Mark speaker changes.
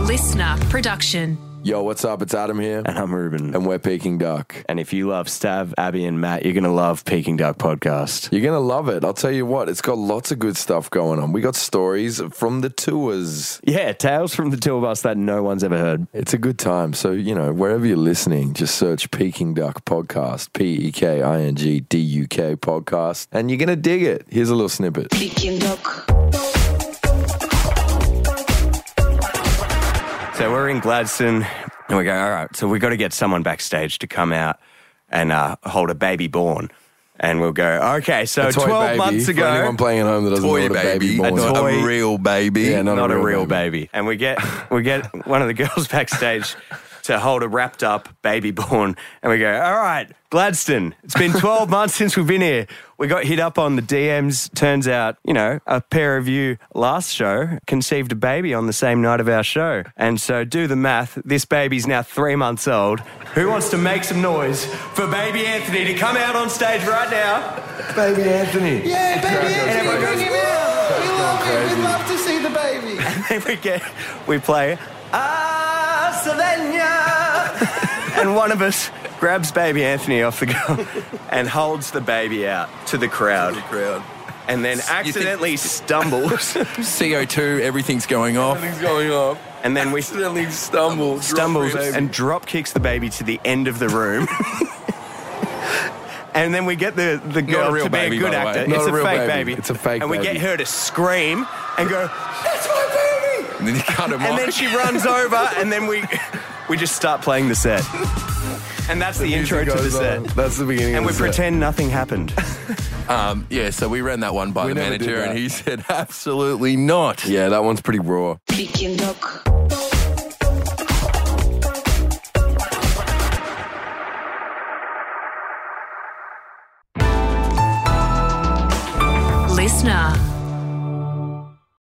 Speaker 1: listener production.
Speaker 2: Yo, what's up? It's Adam here,
Speaker 3: And I'm Ruben.
Speaker 2: and we're Peking Duck.
Speaker 3: And if you love Stav, Abby, and Matt, you're going to love Peking Duck Podcast.
Speaker 2: You're gonna love it. I'll tell you what. It's got lots of good stuff going on. We got stories from the tours.
Speaker 3: Yeah, tales from the tour bus that no one's ever heard.
Speaker 2: It's a good time. So you know, wherever you're listening, just search Peking Duck Podcast, P E K I N G D U K Podcast, and you're gonna dig it. Here's a little snippet.
Speaker 4: Peking Duck.
Speaker 3: So we're in Gladstone, and we go, all right, so we've got to get someone backstage to come out and uh, hold a baby born. And we'll go, okay, so
Speaker 2: A toy
Speaker 3: 12
Speaker 2: baby,
Speaker 3: months
Speaker 2: for
Speaker 3: ago.
Speaker 2: anyone playing at home that doesn't know
Speaker 5: toy
Speaker 2: what a baby,
Speaker 5: baby,
Speaker 2: born
Speaker 3: A
Speaker 2: is.
Speaker 3: toy-
Speaker 5: a real baby.
Speaker 2: Yeah, not,
Speaker 3: not a real baby. And we get we get one of the girls backstage to hold a wrapped up baby born, and we go, all right, Gladstone. It's been 12 months since we've been here. We got hit up on the DMs. Turns out, you know, a pair of you last show conceived a baby on the same night of our show. And so do the math. This baby's now three months old. Who wants to make some noise for baby Anthony to come out on stage right now?
Speaker 2: Baby Anthony.
Speaker 6: Yeah, baby Anthony,
Speaker 3: everyone
Speaker 6: bring
Speaker 3: goes,
Speaker 6: him out. We love him.
Speaker 2: crazy.
Speaker 6: We'd love to see the baby.
Speaker 3: And we get, we play, Ah, Slovenia! and one of us grabs baby Anthony off the girl and holds the baby out to the crowd
Speaker 5: Crowd.
Speaker 3: and then accidentally stumbles.
Speaker 5: CO2, everything's going off.
Speaker 2: What's going on?
Speaker 3: and then we
Speaker 2: Accidentally stumbled.
Speaker 3: stumbles and drop kicks the baby to the end of the room. And then we get the, the girl
Speaker 5: a real
Speaker 3: to be
Speaker 5: baby,
Speaker 3: a good
Speaker 5: by the way.
Speaker 3: actor.
Speaker 2: Not
Speaker 3: it's
Speaker 2: a
Speaker 3: a,
Speaker 2: real
Speaker 3: fake
Speaker 2: baby.
Speaker 3: baby.
Speaker 2: It's a fake
Speaker 3: And we
Speaker 2: baby.
Speaker 3: get her to scream and go, That's my baby!
Speaker 5: And then you cut him
Speaker 3: and
Speaker 5: off.
Speaker 3: then she runs over, and then we we just start playing the set, and that's the, intro to the set,
Speaker 2: That's the beginning.
Speaker 3: and we
Speaker 2: of the set.
Speaker 3: pretend nothing happened.
Speaker 5: um, yeah, so we ran that one by
Speaker 2: We
Speaker 5: the
Speaker 2: never did
Speaker 5: manager,
Speaker 2: that.
Speaker 5: and he said, absolutely not.
Speaker 2: Yeah, that one's pretty raw.
Speaker 4: Peking Duck.
Speaker 1: Listener.